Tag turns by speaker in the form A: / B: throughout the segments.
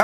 A: อ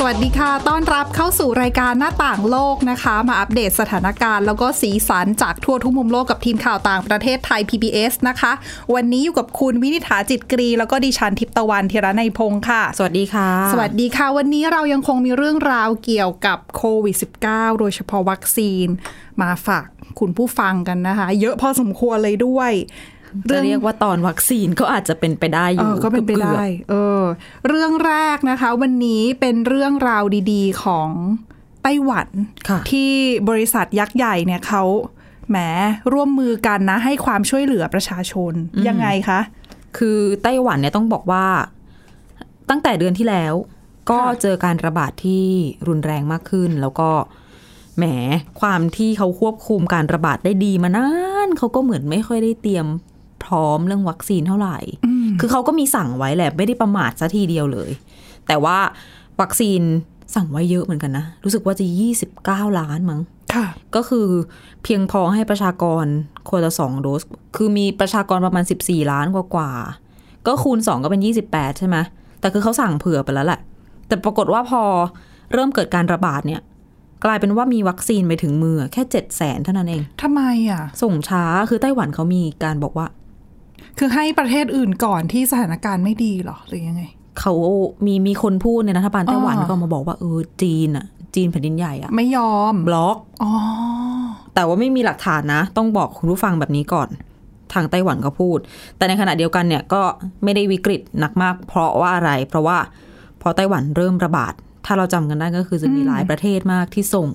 B: สวัสดีค่ะ ต้อนรับเข้าสู่รายการหน้าต่างโลกนะคะ มาอัปเดตสถานการณ์แล้วก็สีสันจากทั่วทุกมุมโลกกับทีมข่าวต่างประเทศไทย PBS นะคะ วันนี้อยู่กับคุณวินิษฐาจิตกรี แล้วก็ดิฉันทิพย์ตะวันเทระในยพงค์ค่ะ
C: สวัสดีค่ะ
B: สวัสดีค่ะ วันนี้เรายังคงมีเรื่องราวเกี่ยวกับโควิด -19 โดยเฉพาะวัคซีน มาฝากคุณผู้ฟังกันนะคะ เยอะพอสมควรเลยด้วย
C: จะเรียกว่าตอนวัคซีนก็อาจจะเป็นไปได้อ
B: เอยู่อก็เป็นไป
C: กือบ
B: ได้ เออ เรื่องแรกนะคะ วันนี้เป็นเรื่องราวดีๆของไต้หวัน
C: ๆค่ะ
B: ที่บริษัทยักษ์ใหญ่เนี่ยเขาแหมร่วมมือกันนะ ให้ความช่วยเหลือประชาชน ยังไงคะ
C: คือไต้หวันเนี่ยต้องบอกว่า ตั้งแต่เดือนที่แล้ว ก็
B: ค่ะ
C: เจอการระบาดที่รุนแรงมากขึ้น แล้วก็แหมความที่เขาควบคุมการระบาดได้ดีมานานเขาก็เหมือนไม่ค่อยได้เตรียมพร้อมเรื่องวัคซีนเท่าไหร่ คือเขาก็มีสั่งไว้แหละไม่ได้ประมาทซะทีเดียวเลย แต่ว่าวัคซีนสั่งไว้เยอะเหมือนกันนะ รู้สึกว่าจะ 29 ล้านมั้ง
B: ค่ะ
C: ก็คือเพียงพอให้ประชากรคนละสองโดส คือมีประชากรประมาณ 14 ล้านกว่ากว่าๆก็คูณ 2 ก็เป็น 28 ใช่ไหม แต่คือเขาสั่งเผื่อไปแล้วแหละ แต่ปรากฏว่าพอเริ่มเกิดการระบาดเนี่ย กลายเป็นว่ามีวัคซีนไปถึงมือแค่ 7 0 0แสนเท่านั้นเอง
B: ทำไมอ่ะ
C: ส่งช้าคือไต้หวันเขามีการบอกว่า
B: คือให้ประเทศอื่นก่อนที่สถานการณ์ไม่ดีเหรอ หรือยังไง
C: เขามีมีคนพูดในรัฐบาลไต้หวัน
B: อ่า
C: ก็มาบอกว่าเออจีนอ่ะจีนแผ่นดินใหญ่อ่ะ
B: ไม่ยอม
C: บล็อก
B: อ๋อ
C: แต่ว่าไม่มีหลักฐานนะ ต้องบอกคุณผู้ฟังแบบนี้ก่อน ทางไต้หวันก็พูด แต่ในขณะเดียวกันเนี่ยก็ไม่ได้วิกฤตหนักมาก เพราะว่าอะไร เพราะว่าพอไต้หวันเริ่มระบาด ถ้าเราจำกันได้ก็คือจะมีหลายประเทศมากที่ส่ง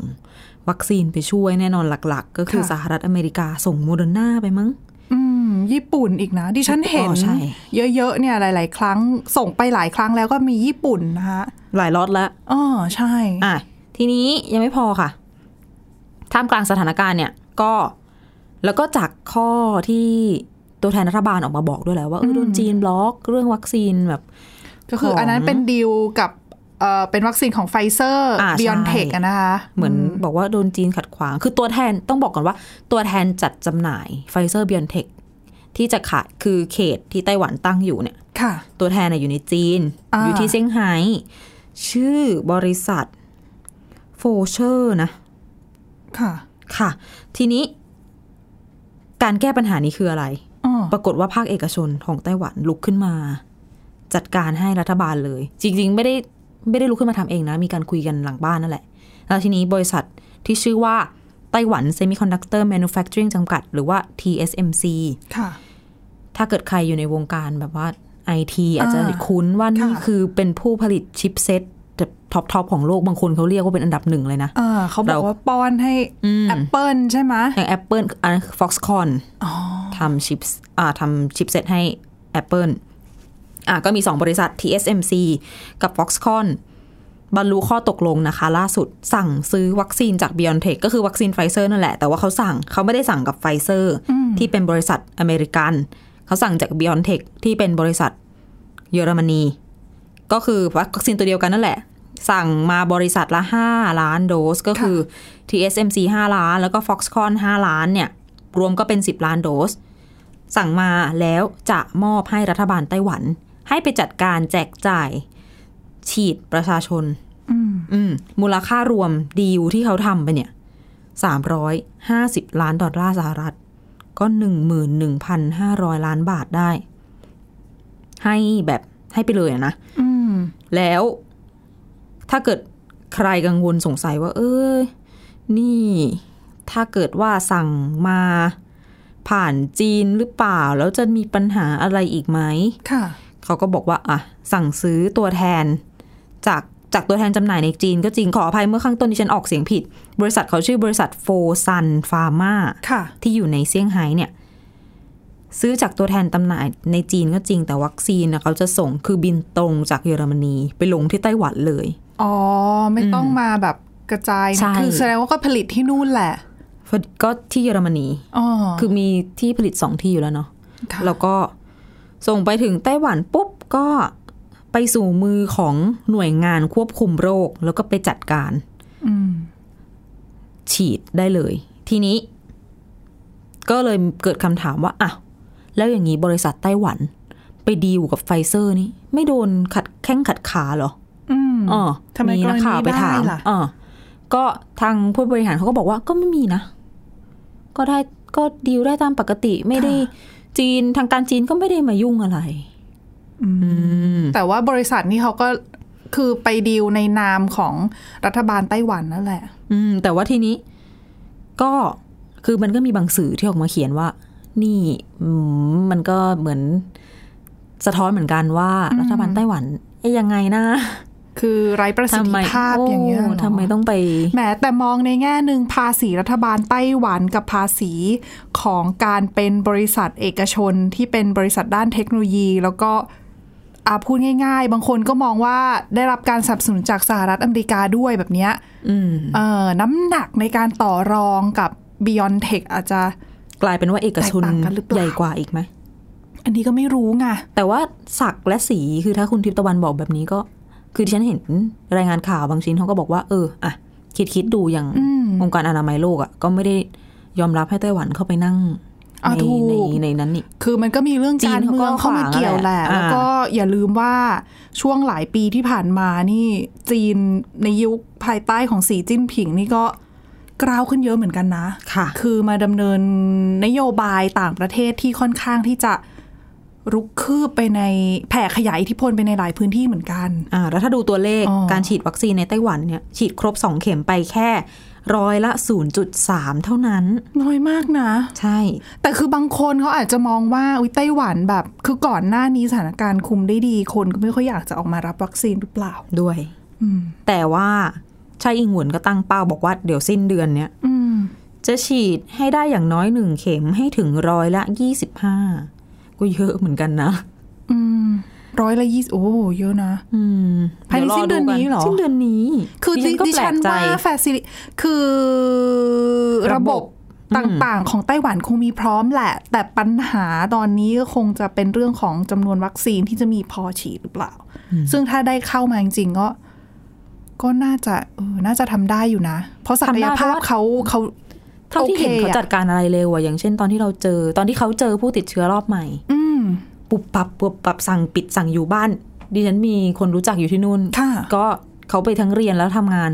C: วัคซีนไปช่วยแน่นอนหลัก ๆ ก็คือ
B: ค่ะ
C: สหรัฐอเมริกาส่งโมเดอร์นาไปมั้ง
B: อืม ญี่ปุ่นอีกนะ ดิฉันเห็น
C: อ๋อใช่
B: เยอะๆเนี่ยหลาย ๆ ครั้งส่งไปหลายครั้งแล้วก็มีญี่ปุ่นนะคะ
C: หลายล็อตแล้ว
B: อ๋อใช่
C: อ่ะ ทีนี้ยังไม่พอค่ะ ท่ามกลางสถานการณ์เนี่ย ก็แล้วก็จากข้อที่ตัวแทนรัฐบาลออกมาบอกด้วยแหล้วว่าเออโดนจีนบล็อกเรื่องวัคซีนแบบ
B: ก็คือ
C: ของ
B: อันนั้นเป็นดีลกับเอ่อเป็นวัคซีนของไฟเซอร์
C: อ่าใช่
B: บิออนเทคนะคะ
C: เหมือนบอกว่าโดนจีนขัดขวาง คือตัวแทนต้องบอกก่อนว่า ตัวแทนจัดจำหน่ายไฟเซอร์บ n อนเทคที่จะขายคือเขตที่ไต้หวันตั้งอยู่เนี่ย
B: ค่ะ
C: ตัวแทนน่ะอยู่ในจีน
B: อ่า
C: อยู่ที่เซี่ยงไฮ้ชื่อบริษัทโฟเชอร์นะ
B: ค่ะ
C: ค่ะ ทีนี้การแก้ปัญหานี้คืออะไร
B: อ๋อ
C: ปรากฏว่าภาคเอกชนของไต้หวันลุกขึ้นมา จัดการให้รัฐบาลเลย จริง ๆ ไม่ได้ไม่ได้ลุกขึ้นมาทำเองนะ มีการคุยกันหลังบ้านนั่นแหละ แล้วทีนี้บริษัทที่ชื่อว่าไต้หวันเซมิคอนดักเตอร์แมนูแฟคเจอริงจำกัด หรือว่า TSMC
B: ค่ะ
C: ถ้าเกิดใครอยู่ในวงการแบบว่าไอทีอาจจะ
B: อ่า
C: คุ้นว่านี่
B: ค่ะ
C: คือเป็นผู้ผลิตชิปเซ็ตแบบท็อปทอปของโลกบางคนเขาเรียกว่าเป็นอันดับหนึ่งเลยนะ
B: เออเขาบอกว่าป้อนให้
C: อืม
B: แอปเปิลใช่ไหม
C: อย่าง Apple อัน Foxconn ทำชิปอ่าทำชิปเซ็ตให้ Apple อ่าก็มี 2 บริษัท TSMC กับ Foxconn บรรลุข้อตกลงนะคะ ล่าสุดสั่งซื้อวัคซีนจาก BioNTech ก็คือวัคซีนไฟเซอร์นั่นแหละ แต่ว่าเขาสั่งเขาไม่ได้สั่งกับไฟเซอร์ที่เป็นบริษัทอเมริกัน เขาสั่งจาก BioNTech ที่เป็นบริษัทเยอรมนี ก็คือวัคซีนตัวเดียวกันนั่นแหละ สั่งมาบริษัทละ 5 ล้านโดส ก็คือ TSMC 5 ล้าน แล้วก็ Foxconn 5 ล้านเนี่ย รวมก็เป็น 10 ล้านโดส สั่งมาแล้วจะมอบให้รัฐบาลไต้หวัน ให้ไปจัดการแจกจ่ายฉีดประชาชน อืมมูลค่ารวมดีลที่เขาทำไปเนี่ย 350 ล้านดอลลาร์สหรัฐ ก็ 11,500 ล้านบาทได้ ให้แบบให้ไปเลยอะนะ
B: อืม
C: แล้วถ้าเกิดใครกังวลสงสัยว่า เออนี่ ถ้าเกิดว่าสั่งมาผ่านจีนหรือเปล่า แล้วจะมีปัญหาอะไรอีกไหม
B: ค่ะ
C: เขาก็บอกว่า อ่ะ สั่งซื้อตัวแทน จากจากตัวแทนจำหน่ายในจีน ก็จริงขออภัยเมื่อข้างต้นที่ฉันออกเสียงผิด บริษัทเขาชื่อบริษัทโฟซันฟาร์มา
B: ค่ะ
C: ที่อยู่ในเซี่ยงไฮ้เนี่ย ซื้อจากตัวแทนตำหน่ายในจีนก็จริงแต่วัคซีนนะเขาจะส่งคือบินตรงจากเยอรมนีไปลงที่ไต้หวันเลย
B: อ๋อ ไม่ต้องมาแบบกระจายนะ
C: ใช่
B: คือแสดงว่าก็ผลิตที่นู่นแหละ
C: ก็ที่เยอรมนี
B: อ๋อ
C: คือมีที่ผลิตสองที่อยู่แล้วเนาะ
B: ค่ะ
C: แล้วก็ส่งไปถึงไต้หวันปุ๊บก็ ไปสู่มือของหน่วยงานควบคุมโรค แล้วก็ไปจัดการ
B: อืม
C: ฉีดได้เลย ทีนี้ ก็เลยเกิดคำถามว่าอ่ะแล้วอย่างนี้บริษัทไต้หวัน ไปดีลกับไฟเซอร์นี่ ไม่โดนขัดแข้งขัดขาเหรอ
B: อืม
C: เออ
B: ทำไม
C: นัข่าวไปถา
B: กร
C: ม
B: ณีได้ล่ะ
C: เออก็ทางผู้บริหารเขาก็บอกว่าก็ไม่มีนะ ก็ได้ก็ดีลได้ตามปกติไม่ได้จีนทางการจีนก็ไม่ได้มายุ่งอะไร
B: แต่ว่าบริษัทนี่เขาก็คือไปดีลในนามของรัฐบาลไต้หวันนั่นแหละ
C: อืม แต่ว่าทีนี้ก็คือมันก็มีบางสื่อที่ออกมาเขียนว่า นี่อืมมันก็เหมือนสะท้อนเหมือนกันว่า รัฐบาลไต้หวันเอ๊ะยังไงนะ
B: คือไร้ประสิท
C: ทำไม
B: ธิภาพอย่างเงี้ย
C: โอ้
B: เหรอ
C: ทำไมต้องไป
B: แหมแต่มองในแง่หนึ่งภาษีรัฐบาลไต้หวันกับภาษีของการเป็นบริษัทเอกชนที่เป็นบริษัทด้านเทคโนโลยี แล้วก็อาพูดง่าย ๆ บางคนก็มองว่าได้รับการสนับสนุนจากสหรัฐอเมริกาด้วยแบบเนี้ย
C: อืม
B: เอ่อน้ำหนักในการต่อรองกับ Beyond Tech อาจจะ
C: กลายเป็นว่าเอกชน
B: แตกต่างกันหรือเปล่า
C: ใหญ่กว่าอีกไหม
B: อันนี้ก็ไม่รู้ไง
C: แต่ว่าสักและสีคือถ้าคุณทิพย์ตะวันบอกแบบนี้ก็ คือที่ฉันเห็นรายงานข่าวบางชิ้นเขาก็บอกว่า เอออะคิดคิดดูอย่าง
B: อืม
C: องค์การอนามัยโลกอะก็ไม่ได้ยอมรับให้ไต้หวันเข้าไปนั่ง
B: อ่ะ
C: ใน
B: ถูก
C: ในในนั้นนี่
B: คือมันก็มีเรื่อง
C: จีน
B: การเมืองเข้ามาเกี่ยวแหละ
C: เขาก็ขวางแหละ
B: แล้วก็อย่าลืมว่าช่วงหลายปีที่ผ่านมานี่ จีนในยุคภายใต้ของสีจิ้นผิงนี่ก็กร้าวขึ้นเยอะเหมือนกันนะ
C: ค่ะ
B: คือมาดำเนินนโยบายต่างประเทศที่ค่อนข้างที่จะรุกคืบไปในแผ่ขยายอิทธิพลไปในหลายพื้นที่เหมือนกัน
C: อ่าแล้วถ้าดูตัวเลข
B: อ๋อ
C: การฉีดวัคซีนในไต้หวันเนี่ย ฉีดครบ 2 เข็มไปแค่ร้อยละ 0.3 เท่านั้น
B: น้อยมากนะ
C: ใช่
B: แต่คือบางคนเขาอาจจะมองว่าอุ๊ยไต้หวันแบบ คือก่อนหน้านี้สถานการณ์คุมได้ดีคนก็ไม่ค่อยอยากจะออกมารับวัคซีนหรือเปล่า
C: ด้วย
B: อืม
C: แต่ว่าชายอิงหวนก็ตั้งเป้าบอกว่าเดี๋ยวสิ้นเดือนเนี่ย
B: อืม
C: จะฉีดให้ได้อย่างน้อยหนึ่งเข็มให้ถึงร้อยละยี่สิบห้าก็เยอะเหมือนกันนะ
B: อืมร้อยละยี่สิบโอ้เยอะนะ
C: อืม
B: ภายในสิ้นเดือนนี้เหรอ
C: สิ้นเดือนนี้
B: คือ
C: ดิฉันก็
B: ดิ
C: แปล
B: ฉั
C: ก
B: น
C: ใจ
B: ว่าแฟซิลิคือระบบ
C: อืม
B: ต่างๆ ของไต้หวันคงมีพร้อมแหละ แต่ปัญหาตอนนี้ก็คงจะเป็นเรื่องของจำนวนวัคซีนที่จะมีพอฉีดหรือเปล่า ซึ่งถ้าได้เข้ามาจริงๆก็ ก็น่าจะเออน่าจะทำได้อยู่นะ เพราะศักยภาพเขาเขา
C: เท่าที่เห็น
B: โอเค
C: เขา
B: อะ
C: จัดการอะไรเร็วอะอย่างเช่นตอนที่เราเจอ ตอนที่เขาเจอผู้ติดเชื้อรอบใหม่
B: อืม
C: ปุบปับปุบปับสั่งปิดสั่งอยู่บ้าน ดิฉันมีคนรู้จักอยู่ที่นู่น
B: ค่ะ
C: ก็เขาไปทั้งเรียนแล้วทำงาน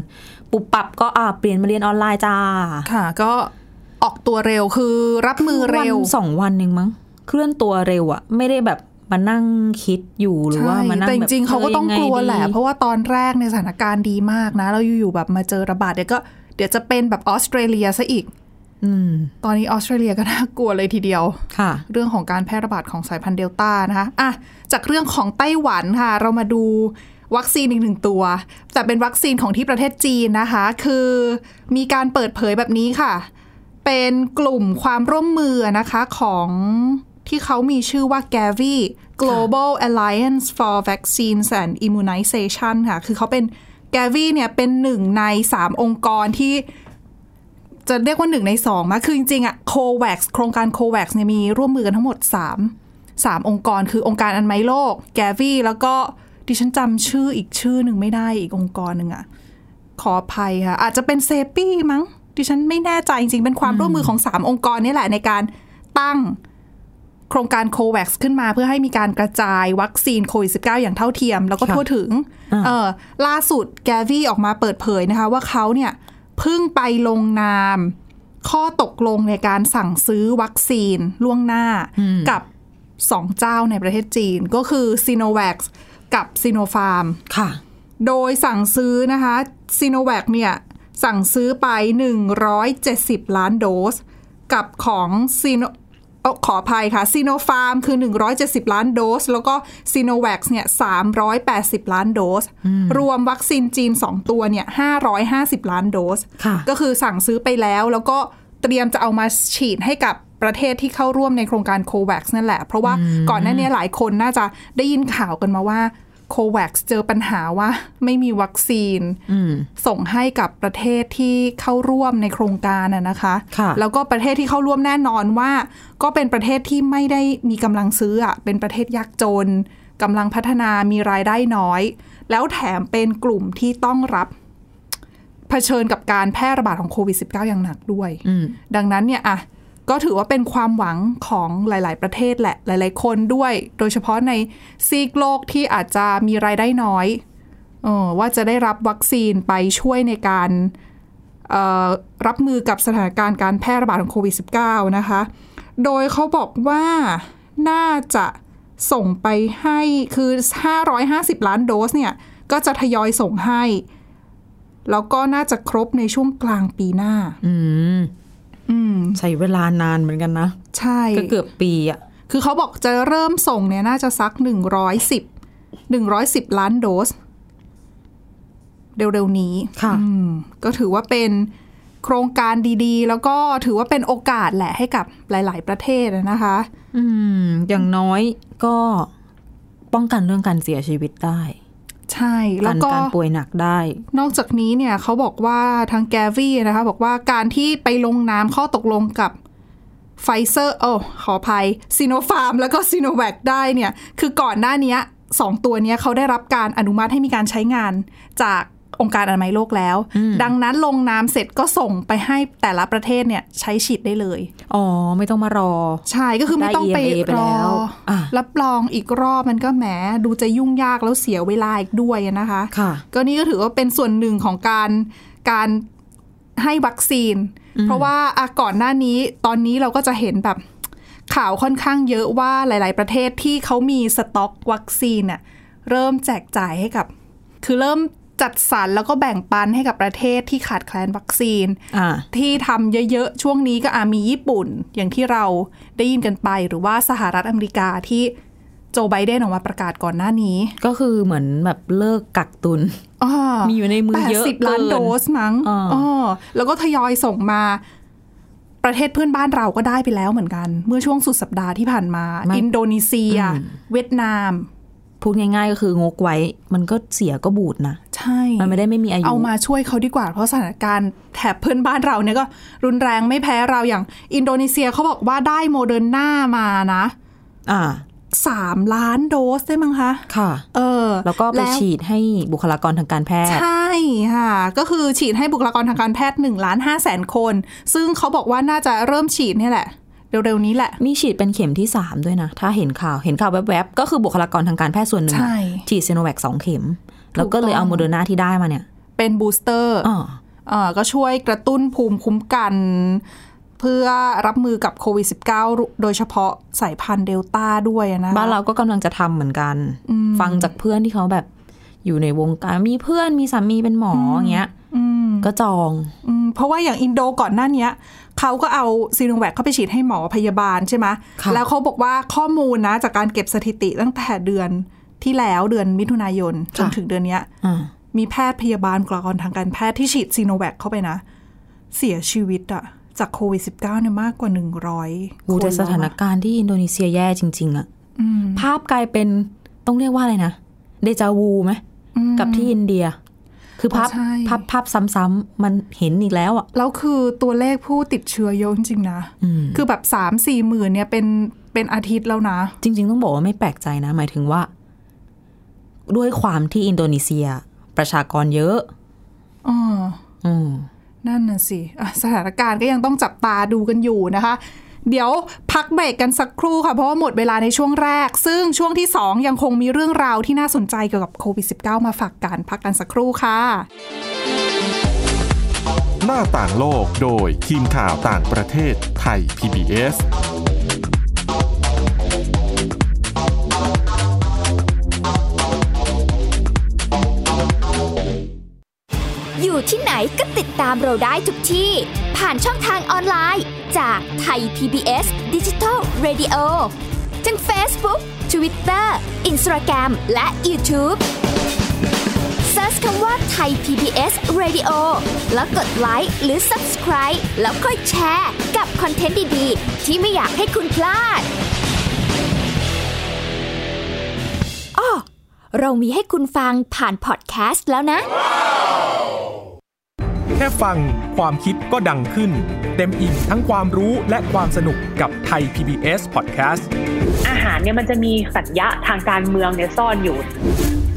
C: ปุบปับก็อ่าเปลี่ยนมาเรียนออนไลน์จ้า
B: ค่ะ ก็ออกตัวเร็วคือรับมือเร็ว
C: วันสองวันเองมั้งเคลื่อนตัวเร็วอะไม่ได้แบบมานั่งคิดอยู่หรือว่ามานั่ง
B: แต่จ
C: แบบ
B: ริงๆเขาก็ต้องกลัวแหละ
C: เออยังไงดี
B: เพราะว่าตอนแรกในยสถานการณ์ดีมากนะ เราอยู่ๆแบบมาเจอระบาดเดี๋ยวก็เดี๋ยวจะเป็นแบบออสเตรเลียซะอีก
C: อืม
B: ตอนนี้ออสเตรเลียก็น่ากลัวเลยทีเดียว
C: ค่ะ
B: เรื่องของการแพร่ระบาดของสายพันธุ์เดลต้านะคะอ่ะจากเรื่องของไต้หวันค่ะ เรามาดูวัคซีนอีกหนึ่งตัว แต่เป็นวัคซีนของที่ประเทศจีนนะคะ คือมีการเปิดเผยแบบนี้ค่ะ เป็นกลุ่มความร่วมมือนะคะของที่เขามีชื่อว่า Gavi Global Alliance for Vaccines and Immunization ค่ะ คือเขาเป็น Gavi เนี่ยเป็นหนึ่งใน 3 องค์กรที่ จะเรียกว่าหนึ่งในสองมะคือจริงๆอะโควัคโครงการโควัคเนี่ยมีร่วมมือกันทั้งหมดสามสามองค์กรคือองค์การอนามัยโลก แกวี่ แล้วก็ดิฉันจำชื่ออีกชื่อหนึ่งไม่ได้อีกองค์กรหนึ่งอะขออภัยค่ะ อาจจะเป็นเซปี้มั้ง ดิฉันไม่แน่ใจจริงๆ เป็นความร่วมมือของ 3 องค์กรนี่แหละในการตั้งโครงการโควัคขึ้นมาเพื่อให้มีการกระจายวัคซีนโควิด -19 อย่างเท่าเทียม แล้วก็
C: ค่ะ
B: ทั่วถึง เออล่าสุดแกวี่ออกมาเปิดเผยนะคะ ว่าเขาเนี่ยเพิ่งไปลงนาม ข้อตกลงในการสั่งซื้อวัคซีนล่วงหน้ากับสองเจ้าในประเทศจีน ก็คือซีโนแว c กับซีโนฟาร์ม
C: ค่ะ
B: โดยสั่งซื้อนะคะซีโนแว c เนี่ยสั่งซื้อไป 170 ล้านโดส กับของซีโนขออภัยค่ะซีโนฟาร์มคือ 170 ล้านโดส แล้วก็ซีโนแว c เนี่ย380 ล้านโดส รวมวัคซีนจีน 2 ตัวเนี่ย550 ล้านโดส
C: ค่ะ
B: ก็คือสั่งซื้อไปแล้ว แล้วก็เตรียมจะเอามาฉีดให้กับประเทศที่เข้าร่วมในโครงการโควัคนั่นแหละ เพราะว่าก่อนหน้านี้หลายคนน่าจะได้ยินข่าวกันมาว่าโควัคเจอปัญหาว่าไม่มีวัคซีน
C: อืม
B: ส่งให้กับประเทศที่เข้าร่วมในโครงการน่ะนะคะ
C: ค่ะ
B: แล้วก็ประเทศที่เข้าร่วมแน่นอนว่า ก็เป็นประเทศที่ไม่ได้มีกำลังซื้ออะเป็นประเทศยากจน กำลังพัฒนามีรายได้น้อย แล้วแถมเป็นกลุ่มที่ต้องรับเผชิญกับการแพร่ระบาดของโควิด -19 อย่างหนักด้วย
C: อืม
B: ดังนั้นเนี่ยอ่ะก็ถือว่าเป็นความหวังของหลาย ๆ ประเทศแหละ หลาย ๆ คนด้วย โดยเฉพาะในซีกโลกที่อาจจะมีรายได้น้อยเออว่าจะได้รับวัคซีนไปช่วยในการเอ่อรับมือกับสถานการณ์การแพร่ระบาดของโควิด -19 นะคะ โดยเขาบอกว่าน่าจะส่งไปให้คือ 550 ล้านโดสเนี่ย ก็จะทยอยส่งให้ แล้วก็น่าจะครบในช่วงกลางปีหน้า
C: อืม
B: อืม
C: ใช้เวลานานเหมือนกันนะ
B: ใช่
C: ก็เกือบปีอะ
B: คือเขาบอกจะเริ่มส่งเนี่ยน่าจะสักหนึ่งร้อยสิบหนึ่งร้อยสิบล้านโดส เร็วๆนี้
C: ค่ะ
B: อืมก็ถือว่าเป็นโครงการดีๆ แล้วก็ถือว่าเป็นโอกาสแหละให้กับหลายๆ ประเทศอะนะคะ
C: อืม อย่างน้อยก็ป้องกันเรื่องการเสียชีวิตได้
B: ใช่แล้ว
C: การ
B: ก็
C: การป่วยหนักได้
B: นอกจากนี้เนี่ยเขาบอกว่าทางแกวี่นะคะบอกว่าการที่ไปลงนามข้อตกลงกับไฟเซอร์โอ้ขออภัยซีโนฟาร์มแล้วก็ซีโนแวคได้เนี่ยคือก่อนหน้าเนี้ยสองตัวเนี้ยเขาได้รับการอนุมัติให้มีการใช้งานจากองค์การอนามัยโลกแล้ว ดังนั้นลงนามเสร็จก็ส่งไปให้แต่ละประเทศเนี่ยใช้ฉีดได้เลย
C: อ๋อ ไม่ต้องมารอ
B: ใช่ก็คือไม่ต้องไป
C: ได้ EMA ไป
B: ร
C: แล้
B: อ
C: วอ่ะ
B: รับรองอีกรอบมันก็แหมดูจะยุ่งยากแล้วเสียเวลาอีกด้วยนะคะ
C: ค่ะ
B: ก็นี่ก็ถือว่าเป็นส่วนหนึ่งของการการให้วัคซีน เพราะว่าอะก่อนหน้านี้ตอนนี้เราก็จะเห็นแบบข่าวค่อนข้างเยอะว่าหลาย ๆ ประเทศที่เขามีสต็อกวัคซีนน่ะเริ่มแจกจ่ายให้กับ คือเริ่มจัดสรรแล้วก็แบ่งปันให้กับประเทศที่ขาดแคลนวัคซีน
C: อ่า
B: ที่ทำเยอะ ๆ ช่วงนี้ก็อามีญี่ปุ่น อย่างที่เราได้ยินกันไปหรือว่าสหรัฐอเมริกาที่โจไบเดนออกมาประกาศก่อนหน้านี้
C: ก็คือเหมือนแบบเลิกกักตุน
B: อ่า
C: มีอยู่ในมือเยอะ
B: แปดสิบล้าน
C: เกิ
B: โดสมั้ง
C: อ่า
B: อ๋อแล้วก็ทยอยส่งมา ประเทศเพื่อนบ้านเราก็ได้ไปแล้วเหมือนกัน เมื่อช่วงสุดสัปดาห์ที่ผ่านมา อินโดนีเซีย เวียดนาม
C: พูดง่ายๆก็คืองกไว้ มันก็เสียก็บูดนะ
B: ใช่
C: มันไม่ได้ไม่มีอายุ
B: เอามาช่วยเขาดีกว่า เพราะสถานการณ์แถบเพื่อนบ้านเราเนี่ยก็รุนแรงไม่แพ้เราอย่าง อินโดนีเซียเขาบอกว่าได้โมเดอร์นามานะ
C: อ่า
B: สามล้านโดสได้มั้งคะ
C: ค่ะ
B: เออ
C: แล้วก็ไปฉีดให้บุคลากรทางการแพทย์
B: ใช่ค่ะ ก็คือฉีดให้บุคลากรทางการแพทย์1ล้าน5แสนคน ซึ่งเขาบอกว่าน่าจะเริ่มฉีดเนี่ยแหละ เร็วๆนี้แหละ
C: มีฉีดเป็นเข็มที่ 3 ด้วยนะ ถ้าเห็นข่าว เห็นข่าวแวบๆ ก็คือบุคลากรทางการแพทย์ส่วนหนึ่งอะ
B: ใช่
C: ฉีดซีโนแวคสองเข็ม แล้วก็เลย
B: ต้อง
C: เอาโมเดอร์นาที่ได้มาเนี่ย
B: เป็นบูสเตอร์
C: อ๋อ
B: เอ่อก็ช่วยกระตุ้นภูมิคุ้มกัน เพื่อรับมือกับโควิด -19 โดยเฉพาะสายพันธุ์เดลต้าด้วยนะคะ
C: บ้านเราก็กำลังจะทำเหมือนกัน ฟังจากเพื่อนที่เขาแบบ อยู่ในวงการ มีเพื่อน มีสามีเป็นหมออย่างเงี้ย
B: อืม
C: ก็จอง
B: อืมเพราะว่าอย่างอินโดก่อนหน้าเนี้ยเขาก็เอาซีโนแวคเข้าไปฉีดให้หมอพยาบาลใช่ไหม
C: ค่ะ
B: แล้วเขาบอกว่าข้อมูลนะจากการเก็บสถิติตั้งแต่เดือนที่แล้วเดือนมิถุนายนจนถึงเดือนเนี้ย
C: อ่า
B: มีแพทย์พยาบาลบุคลากรทางการแพทย์ที่ฉีดซีโนแวคเข้าไปนะ เสียชีวิตอะจากโควิด -19 เนี่ยมากกว่า 100
C: อู
B: คน
C: แต่สถาน
B: แล้วอะ
C: การณ์ที่อินโดนีเซียแย่จริง ๆอะภาพกลายเป็นต้องเรียกว่าอะไรนะ เดจาวูไหม
B: อืม
C: กับที่อินเดีย คือภาพ
B: อ๋อใช่
C: ภาพภาพซ้ำๆมันเห็นอีกแล้วอะ
B: แล้วคือตัวเลขผู้ติดเชื้อเยอะจริงๆนะ คือแบบ 3 4หมื่นเนี่ยเป็นเป็นอาทิตย์แล้วนะ
C: จริง ๆ ต้องบอกว่าไม่แปลกใจนะ หมายถึงว่า ด้วยความที่อินโดนีเซีย ประชากรเยอะ
B: อ๋อ
C: อืม
B: นั่นน่ะสิอ่ะสถานการณ์ก็ยังต้องจับตาดูกันอยู่นะคะ เดี๋ยวพักเบรกกันสักครู่ค่ะ เพราะว่าหมดเวลาในช่วงแรก ซึ่งช่วงที่ 2 ยังคงมีเรื่องราวที่น่าสนใจเกี่ยวกับโควิด -19 มาฝากกันพักกันสักครู่ค่ะ
A: หน้าต่างโลกโดยทีมข่าวต่างประเทศไทย PBS
D: อยู่ที่ไหนก็ติดตามเราได้ทุกที่ ผ่านช่องทางออนไลน์ จากไทย PBS Digital Radio ทั้ง Facebook Twitter Instagram และ YouTube Search คำว่าไทย PBS Radio แล้วกดไลค์หรือ Subscribe แล้วค่อยแชร์ กับคอนเทนต์ดี ๆ ที่ไม่อยากให้คุณพลาดอ้อเรามีให้คุณฟังผ่านพอดแคสต์แล้วนะ
E: แค่ฟังความคิดก็ดังขึ้น เต็มอิ่งทั้งความรู้และความสนุกกับไทย PBS Podcast
F: อาหารเนี่ยมันจะมีสัญญะทางการเมืองเนี่ยซ่อนอยู่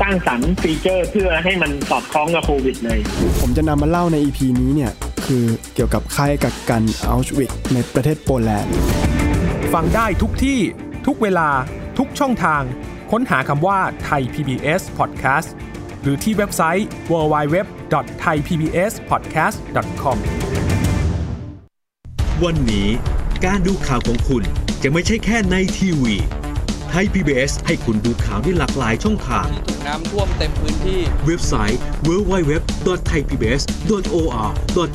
G: สร้างสรรค์ฟีเจอร์เพื่อให้มันสอดคล้องกับโควิดเลย
H: ผมจะนำมาเล่าใน EP นี้เนี่ย คือเกี่ยวกับค่ายกักกันอัลชวิกในประเทศโปแลนด์
E: ฟังได้ทุกที่ ทุกเวลา ทุกช่องทาง ค้นหาคำว่าไทย PBS Podcast หรือที่เว็บไซต์ www.thaipbspodcast.com
I: วันนี้การดูข่าวของคุณจะไม่ใช่แค่ในทีวีไทย PBS ให้คุณดูข่าวได้หลากหลายช่องทาง
J: น้ำท่วมเต็มพื้นที่
I: เว็บไซต์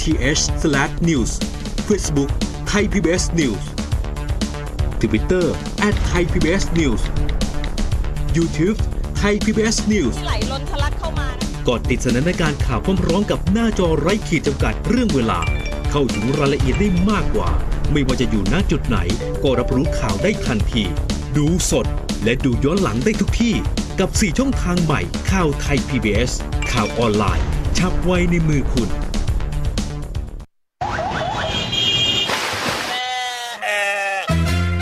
I: www.thaipbs.or.th/news Facebook Thai PBS News Twitter @thaipbsnews YouTube Thai PBS News
K: ไหลล้นทะลักเข้ามา
I: กดติดสนันในการข่าวพร้อมร้องกับหน้าจอไร้ขีดจำกัดเรื่องเวลา เข้าถึงรายละเอียดได้มากกว่า ไม่ว่าจะอยู่ณจุดไหน ก็รับรู้ข่าวได้ทันที ดูสดและดูย้อนหลังได้ทุกที่ กับ 4 ช่องทางใหม่ข่าวไทย PBS ข่าวออนไลน์ ชับไว้ในมือคุณ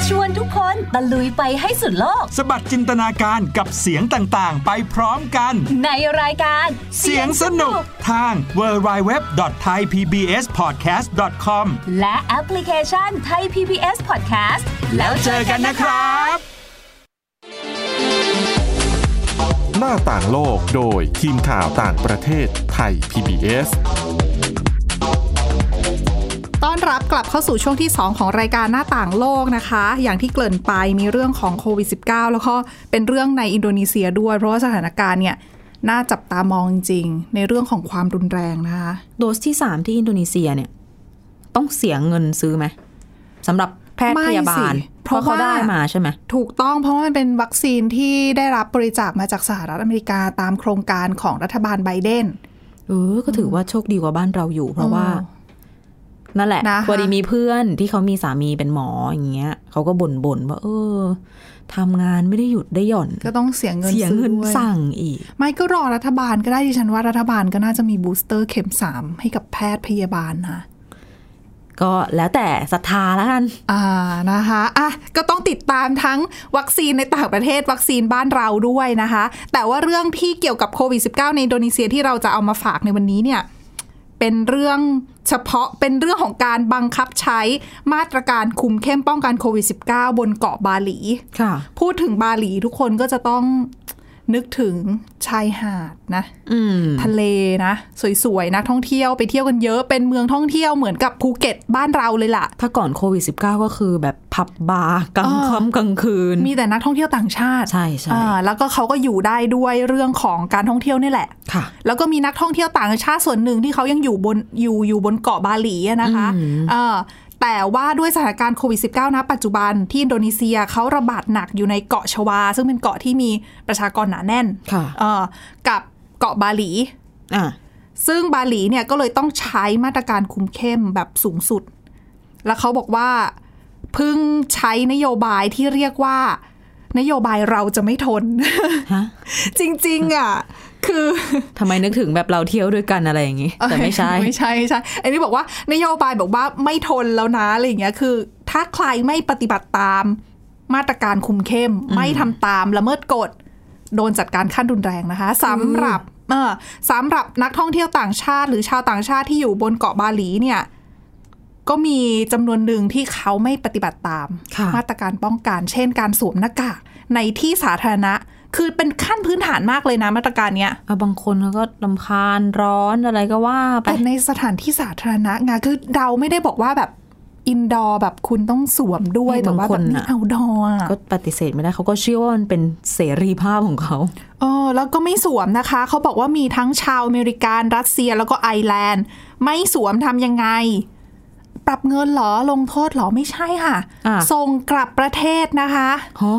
D: ชวนทุกคนตะลุยไปให้สุดโลก
L: สบัดจินตนาการกับเสียงต่างๆ ไปพร้อมกัน
D: ในรายการ
L: เสียงสนุกทาง www.thaipbspodcast.com
D: และแอปพลิเคชันไทย PBS Podcast
L: แล้วเจอกันนะครับ
A: หน้าต่างโลกโดยทีมข่าวต่างประเทศไทย PBS
B: ต้อนรับกลับเข้าสู่ช่วงที่ 2 ของรายการหน้าต่างโลกนะคะ อย่างที่เกริ่นไปมีเรื่องของโควิด -19 แล้วก็เป็นเรื่องในอินโดนีเซียด้วย เพราะว่าสถานการณ์เนี่ยน่าจับตามองจริงๆในเรื่องของความรุนแรงนะคะ
C: โดสที่สามที่อินโดนีเซียเนี่ย ต้องเสียเงินซื้อไหมสำหรับแพทย์
B: ไม่
C: พยาบาล
B: สิ
C: เพราะ
B: เพ
C: เขา
B: ราะว่า
C: ได้มาใช่ไหม
B: ถูกต้องเพราะมันเป็นวัคซีนที่ได้รับบริจาคมาจากสหรัฐอเมริกาตามโครงการของรัฐบาลไบเดน
C: เออ ก็ถือว่าโชคดีกว่าบ้านเราอยู่ เพราะว่า นั่นแหละ
B: นะคะ
C: พอดีมีเพื่อนที่เขามีสามีเป็นหมออย่างเงี้ยเขาก็บ่นบ่นๆว่า เออทำงานไม่ได้หยุดได้หย่อน
B: ก็ต้องเสียเงิน
C: เสีย
B: ซื้อ
C: เงิน
B: ด้วย
C: สั่งอีก
B: ไม่ก็รอรัฐบาลก็ได้ดิฉันว่ารัฐบาลก็น่าจะมีบูสเตอร์เข็ม 3 ให้กับแพทย์พยาบาลนะ
C: ก็แล้วแต่ศรัทธาแล้วกัน
B: อ่านะคะอ่ะก็ต้องติดตามทั้งวัคซีนในต่างประเทศวัคซีนบ้านเราด้วยนะคะ แต่ว่าเรื่องที่เกี่ยวกับโควิด -19 ในอินโดนีเซียที่เราจะเอามาฝากในวันนี้เนี่ย เป็นเรื่องเฉพาะเป็นเรื่องของการบังคับใช้มาตรการคุมเข้มป้องกันโควิด -19 บนเกาะบาหลี
C: ค่ะ
B: พูดถึงบาหลีทุกคนก็จะต้องนึกถึงชายหาดนะ
C: อืม
B: ทะเลนะ สวยๆนักท่องเที่ยวไปเที่ยวกันเยอะเป็นเมืองท่องเที่ยวเหมือนกับภูเก็ตบ้านเราเลยล่ะ
C: ถ้าก่อนโควิด -19 ก็คือแบบผับบาร์กลางค่ำกลางคืน
B: มีแต่นักท่องเที่ยวต่างชาติ
C: ใช่ใช่
B: อ่าแล้วก็เขาก็อยู่ได้ด้วยเรื่องของการท่องเที่ยวนี่แหละ
C: ค่ะ
B: แล้วก็มีนักท่องเที่ยวต่างชาติส่วนหนึ่งที่เขายังอยู่บนอยู่อยู่บนเกาะบาหลีอะนะคะเออแต่ว่าด้วยสถานการณ์โควิด -19 นะปัจจุบันที่อินโดนีเซียเขาระบาดหนักอยู่ในเกาะชวา ซึ่งเป็นเกาะที่มีประชากรหนาแน่น
C: ค่ะ
B: เอ่อกับเกาะบาหลี
C: อ่ะ
B: ซึ่งบาหลีเนี่ยก็เลยต้องใช้มาตรการคุมเข้มแบบสูงสุด แล้วเขาบอกว่าเพิ่งใช้นโยบายที่เรียกว่า นโยบายเราจะไม่ทน
C: ฮะ
B: จริงๆอ่ะ คือ
C: ทำไมนึกถึงแบบเราเที่ยวด้วยกันอะไรอย่างงี้ แต่ไม่ใช่
B: ไม่ใช่ไม่ใช่ไอ้นี่บอกว่านโยบายบอกว่าไม่ทนแล้วนะอะไรอย่างเงี้ยคือ ถ้าใครไม่ปฏิบัติตามมาตรการคุมเข้ม ไม่ทำตามละเมิดกฎ โดนจัดการขั้นรุนแรงนะคะสำหรับเออสำหรับนักท่องเที่ยวต่างชาติ หรือชาวต่างชาติที่อยู่บนเกาะบาหลีเนี่ย ก็มีจำนวนหนึ่งที่เขาไม่ปฏิบัติตาม
C: ค่ะ
B: มาตรการป้องกัน เช่น การสวมหน้ากากในที่สาธารณะ คือเป็นขั้นพื้นฐานมากเลยนะมาตรการเนี้ย
C: อ่ะบางคนเขาก็ลำคาญร้อนอะไรก็ว่าไป
B: แต่ในสถานที่สาธารณะไงานคือเราไม่ได้บอกว่าแบบอินดอร์แบบคุณต้องสวมด้วย
C: นี่
B: แต่ว่า
C: บา
B: แบ
C: งคน
B: บนี้
C: น่ะ
B: เอาดอร์
C: ก็ปฏิเสธไม่ได้เขาก็เชื่อว่ามันเป็นเสรีภาพของเขา
B: เออแล้วก็ไม่สวมนะคะ เขาบอกว่ามีทั้งชาวอเมริกันรัสเซียแล้วก็ไอร์แลนด์ ไม่สวมทำยังไง ปรับเงินเหรอลงโทษเหรอไม่ใช่ค่ะ ส่งกลับประเทศนะคะ
C: ฮะ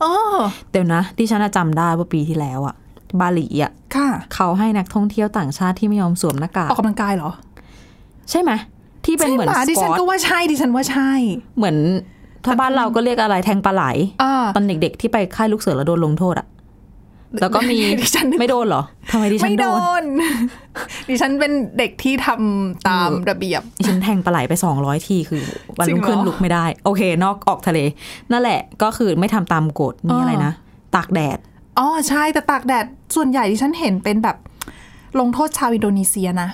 B: เออ
C: เดี๋ยวนะดิฉันน่ะจำได้ว่าปีที่แล้วอะบาหลีอะ
B: ค่ะ
C: เขาให้นักท่องเที่ยวต่างชาติที่ไม่ยอมสวมหน้ากาก
B: ออกกำลังกายเหรอ
C: ใช่ไหมที่เป็นเหมือน
B: ใช่ปะดิฉัน
C: ส
B: ก็ว่าใช่ดิฉันว่าใช่
C: เหมือนถ้าบ้านเราก็เรียกอะไรแทงปลาไหลตอนเด็กๆที่ไปค่ายลูกเสือแล้วโดนลงโทษอะแล้วก็มี
B: ดิฉันนึก
C: ไม่โดนเหรอทำไมดิฉัน
B: ไม่
C: โด
B: โด
C: น
B: น ดิฉันเป็นเด็กที่ทำตามระเบียบ
C: ดิฉันแทงปลาไหลไป 200 ทีคือ วัน
B: จริ
C: รุ่
B: ง
C: งขึ้น
B: เหรอ
C: ลุกไม่ได้ โอเค นอกออกทะเล นั่นแหละก็คือไม่ทำตามกฎมีอะไร
B: อ่าน
C: นะ ตากแดด
B: อ๋อใช่แต่ตากแดดส่วนใหญ่ที่ฉันเห็นเป็นแบบลงโทษชาวอินโดนีเซียนะ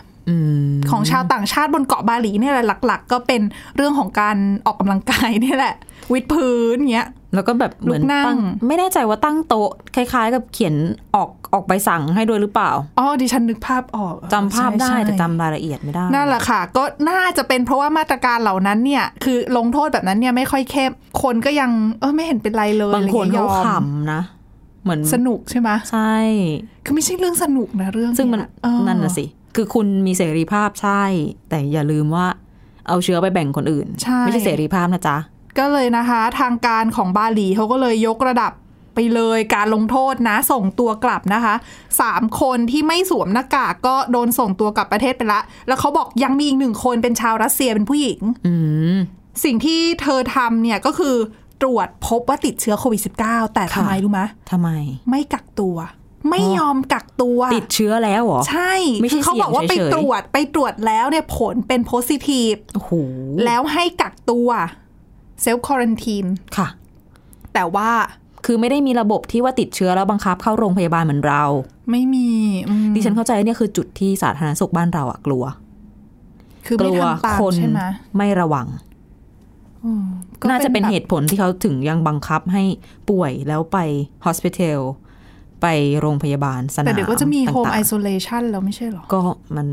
B: ของชาวต่างชาติบนเกาะบาหลีเนี่ยแหละหลัก ๆ ก็เป็นเรื่องของการออกกำลังกายเนี่ยแหละ วิดพื้นเงี้ย
C: แล้วก็แบบเหมือน
B: ลุกนั่ง
C: ตั้งไม่แน่ใจว่าตั้งโต๊ะคล้ายๆ กับเขียนออกออกใบสั่งให้ด้วยหรือเปล่า
B: อ๋อดิฉันนึกภาพออก
C: จำภาพได้
B: ใช่
C: แต่
B: ใช่
C: จำรายละเอียดไม่ได้
B: นั่นแหละค่ะ ก็น่าจะเป็นเพราะว่ามาตรการเหล่านั้นเนี่ย คือลงโทษแบบนั้นเนี่ยไม่ค่อยเข้มคนก็ยังเออไม่เห็นเป็นไรเลย
C: บางคน
B: อะ
C: เขา
B: ไรงี้ยยอม
C: ขำนะ เหมือน
B: สนุกใช่ไหม
C: ใช่
B: คือไม่ใช่เรื่องสนุกนะเรื่อง
C: ซึ่งมัน
B: เยเออ
C: นั่นน่ะสิ คือคุณมีเสรีภาพใช่ แต่อย่าลืมว่าเอาเชื้อไปแบ่งคนอื่น
B: ใช่
C: ไม่ใช่เสรีภาพนะจ๊ะ
B: ก็เลยนะคะ ทางการของบาหลีเขาก็เลยยกระดับไปเลยการลงโทษนะ ส่งตัวกลับนะคะสามคนที่ไม่สวมหน้ากากก็โดนส่งตัวกลับประเทศไปละ แล้วเขาบอกยังมีอีกหนึ่งคนเป็นชาวรัสเซียเป็นผู้หญิง
C: อืม
B: สิ่งที่เธอทำเนี่ยก็คือตรวจพบว่าติดเชื้อโควิด -19 แต่ทำไมรู้ไหมะ
C: ทำไม
B: ไม่กักตัว ไม่ยอมกักตัว
C: ติดเชื้อแล้วเหรอ
B: ใช่
C: ไม่ใช่
B: คือเขาบอกว่าไป
C: เสี่ยงเฉยๆ
B: ตรวจไปตรวจแล้วเนี่ยผลเป็นโพซิทีฟ
C: โอ้โห
B: แล้วให้กักตัวเซลฟ์ควอรันทีน
C: ค่ะ
B: แต่ว่า
C: คือไม่ได้มีระบบที่ว่าติดเชื้อแล้วบังคับเข้าโรงพยาบาลเหมือนเรา
B: ไม่มีอืม
C: ดิฉันเข้าใจเนี่ยคือจุดที่สาธารณสุขบ้านเราอะกลัว
B: คือไม่
C: กลัว
B: ทำตาม
C: คน
B: ใช่ไหม
C: ไม่ระวัง
B: อืมก็
C: น่าจะเป็นเหตุผลที่เขาถึงยังบังคับให้ป่วยแล้วไปฮอสพิทอลไปโรงพยาบาลสนาม
B: แต่เดี๋ยวก็จะมีโฮม
C: ต่าง
B: ไอ
C: ๆ
B: โซเลชันแล้วไม่ใช่เหรอ
C: ก็มัน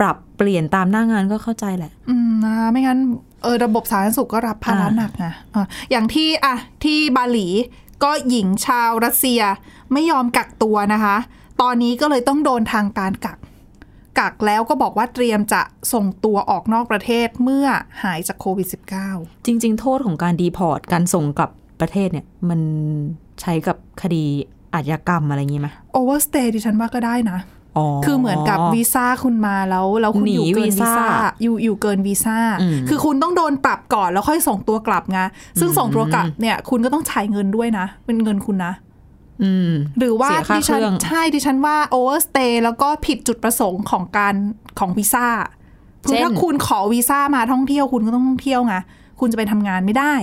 C: ปรับเปลี่ยนตามหน้างานก็เข้าใจแหละ
B: อืมนะไม่งั้นเออระบบสาธารณสุขก็รับภาระ
C: อ่า
B: หนักนะอ่ะอย่างที่อ่ะที่บาหลีก็หญิงชาวรัสเซียไม่ยอมกักตัวนะคะ ตอนนี้ก็เลยต้องโดนทางการกัก กักแล้วก็บอกว่าเตรียมจะส่งตัวออกนอกประเทศเมื่อหายจากโควิด -19
C: จริง ๆ โทษของการดีพอร์ตการส่งกลับประเทศเนี่ย มันใช้กับคดีอาชญากรรมอะไรอย่างงี้ไหม
B: Overstay ดิฉันว่าก็ได้นะ
C: อ๋อ
B: คือเหมือนกับวีซ่าคุณมาแล้วแล้วคุณอยู่
C: หนี
B: เกิน
C: วี
B: วี
C: ซ่า
B: ซ่าอยู่อยู่เกินวีซ่า
C: อืม
B: คือคุณต้องโดนปรับก่อนแล้วค่อยส่งตัวกลับไงซึ่งส่งตัวกลับ
C: อืม
B: เนี่ย คุณก็ต้องจ่ายเงินด้วยนะ เป็นเงินคุณนะ
C: อืม
B: หรือว่า
C: เสียค่า
B: ดิฉั
C: เครื่อง
B: ใช่ดิฉันว่าโอเวอร์สเตย์แล้วก็ผิดจุดประสงค์ของการของวีซ่าคือถ้าคุณขอวีซ่ามาท่องเที่ยวคุณก็ต้องท่องเที่ยวไงคุณจะไปทำงานไม่ได้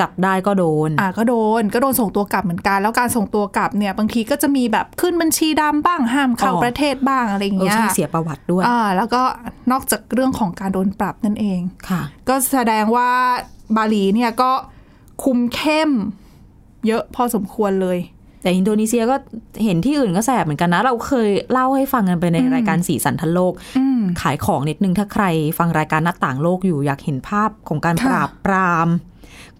C: จับได้ก็โดน
B: อ่ะก็โดนก็โดนส่งตัวกลับเหมือนกัน แล้วการส่งตัวกลับเนี่ยบางทีก็จะมีแบบขึ้นบัญชีดำบ้างห้ามเข้า
C: อ๋อ
B: ประเทศบ้างอะไรอย่าง
C: เออ
B: เงี้ย
C: ใช่เสียประวัติด้วย
B: อ่าแล้วก็นอกจากเรื่องของการโดนปรับนั่นเอง
C: ค่ะ
B: ก็แสดงว่าบาหลีเนี่ยก็คุมเข้มเยอะพอสมควรเลย
C: แต่อินโดนีเซียก็เห็นที่อื่นก็แสบเหมือนกันนะ เราเคยเล่าให้ฟังกันไปในรายการสีสันทันโลก
B: อืม
C: ขายของนิดนึงถ้าใครฟังรายการหน้าต่างโลกอยู่อยากเห็นภาพของการ
B: ค่ะ
C: ปราบปราม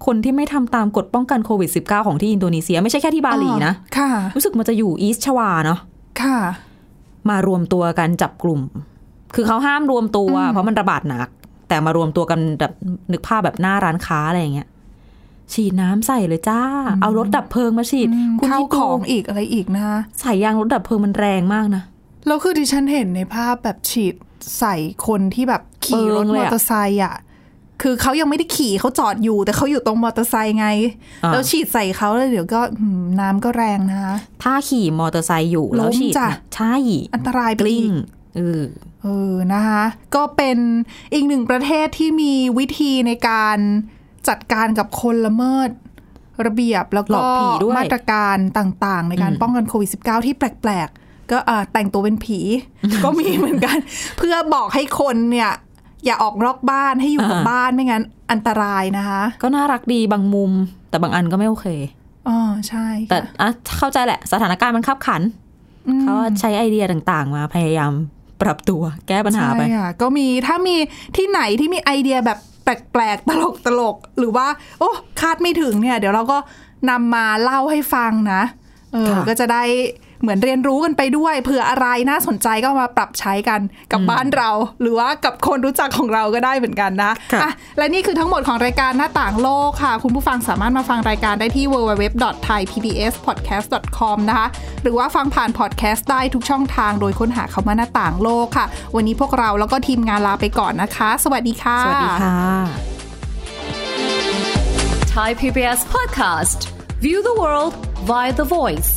C: คนที่ไม่ทำตามกฎป้องกันโควิด -19 ของที่อินโดนีเซีย ไม่ใช่แค่ที่บาหลีนะ
B: ค่ะ
C: รู้สึกมันจะอยู่อีสชวาเนาะ
B: ค่ะ
C: มารวมตัวกันจับกลุ่ม คือเขาห้ามรวมตัว เพราะมันระบาดหนัก แต่มารวมตัวกันแบบนึกภาพแบบหน้าร้านค้าอะไรอย่างเงี้ยฉีดน้ำใส่เลยจ้า เอารถดับเพลิงมาฉีด คุณ
B: เข้า
C: คิด
B: ข
C: ดู
B: องอีกอะไรอีกนะ
C: ใส่ยางรถดับเพลิงมันแรงมากนะ
B: แล้วคือดิฉันเห็นในภาพแบบฉีดใส่คนที่แบบขี่รถ
C: เปิง
B: ม
C: เลย
B: อ
C: อะ
B: เตอร์ไซค์อ่ะคือเขายังไม่ได้ขี่เขาจอดอยู่ แต่เขาอยู่ตรงมอเตอร์ไซค์ไง
C: อ่า
B: แล้วฉีดใส่เขาแล้วเดี๋ยวก็อืมน้ำก็แรงนะคะ
C: ถ้าขี่มอเตอร์ไซค์อยู่แล้
B: ล้
C: ว
B: ม
C: ฉีด
B: จ้ะ
C: นะใช่
B: อันตรายไป
C: กลิ้
B: อี
C: ง
B: ก
C: เออ
B: เออนะคะ ก็เป็นอีกหนึ่งประเทศที่มีวิธีในการจัดการกับคนละเมิด ระเบียบแล้ว
C: หล
B: ก็
C: อกผีด้วย
B: มาตรการต่างๆ ในการ
C: อืม
B: ป้องกันโควิด -19 ที่แปลกๆ ก็เอ่อแต่งตัวเป็นผี ก็มีเหมือนกัน เพื่อบอกให้คนเนี่ย อย่าออกนอกบ้านให้อยู่กับบ้านไม่งั้นอันตรายนะคะ
C: ก็น่ารักดีบางมุม แต่บางอันก็ไม่โอเค
B: อ๋อใช่
C: แต่อ่ะเข้าใจแหละ สถานการณ์มันขับขัน
B: อืม
C: เขาใช้ไอเดียต่างๆ มาพยายามปรับตัวแก้ปัญหาไป
B: ใช่ค่ะก็มีถ้ามีที่ไหนที่มีไอเดียแบบแปลกๆ ตลกตลกๆหรือว่า โอ้คาดไม่ถึงเนี่ย เดี๋ยวเราก็นำมาเล่าให้ฟังนะเออ
C: ค่ะ
B: ก็จะได้ เหมือนเรียนรู้กันไปด้วยเผื่ออะไรน่าสนใจก็เอามาปรับใช้กันกับบ้านเรา หรือว่ากับคนรู้จักของเราก็ได้เหมือนกันนะ
C: ค่ะ
B: อ่ะและนี่คือทั้งหมดของรายการหน้าต่างโลกค่ะ คุณผู้ฟังสามารถมาฟังรายการได้ที่ www.thaipbspodcast.com นะคะ หรือว่าฟังผ่านพอดแคสต์ได้ทุกช่องทางโดยค้นหาคำว่าหน้าต่างโลกค่ะ วันนี้พวกเราแล้วก็ทีมงานลาไปก่อนนะคะ สวัสดีค่ะ
C: สวัสดีค่ะ
J: Thai PBS podcast. View the world via the voice.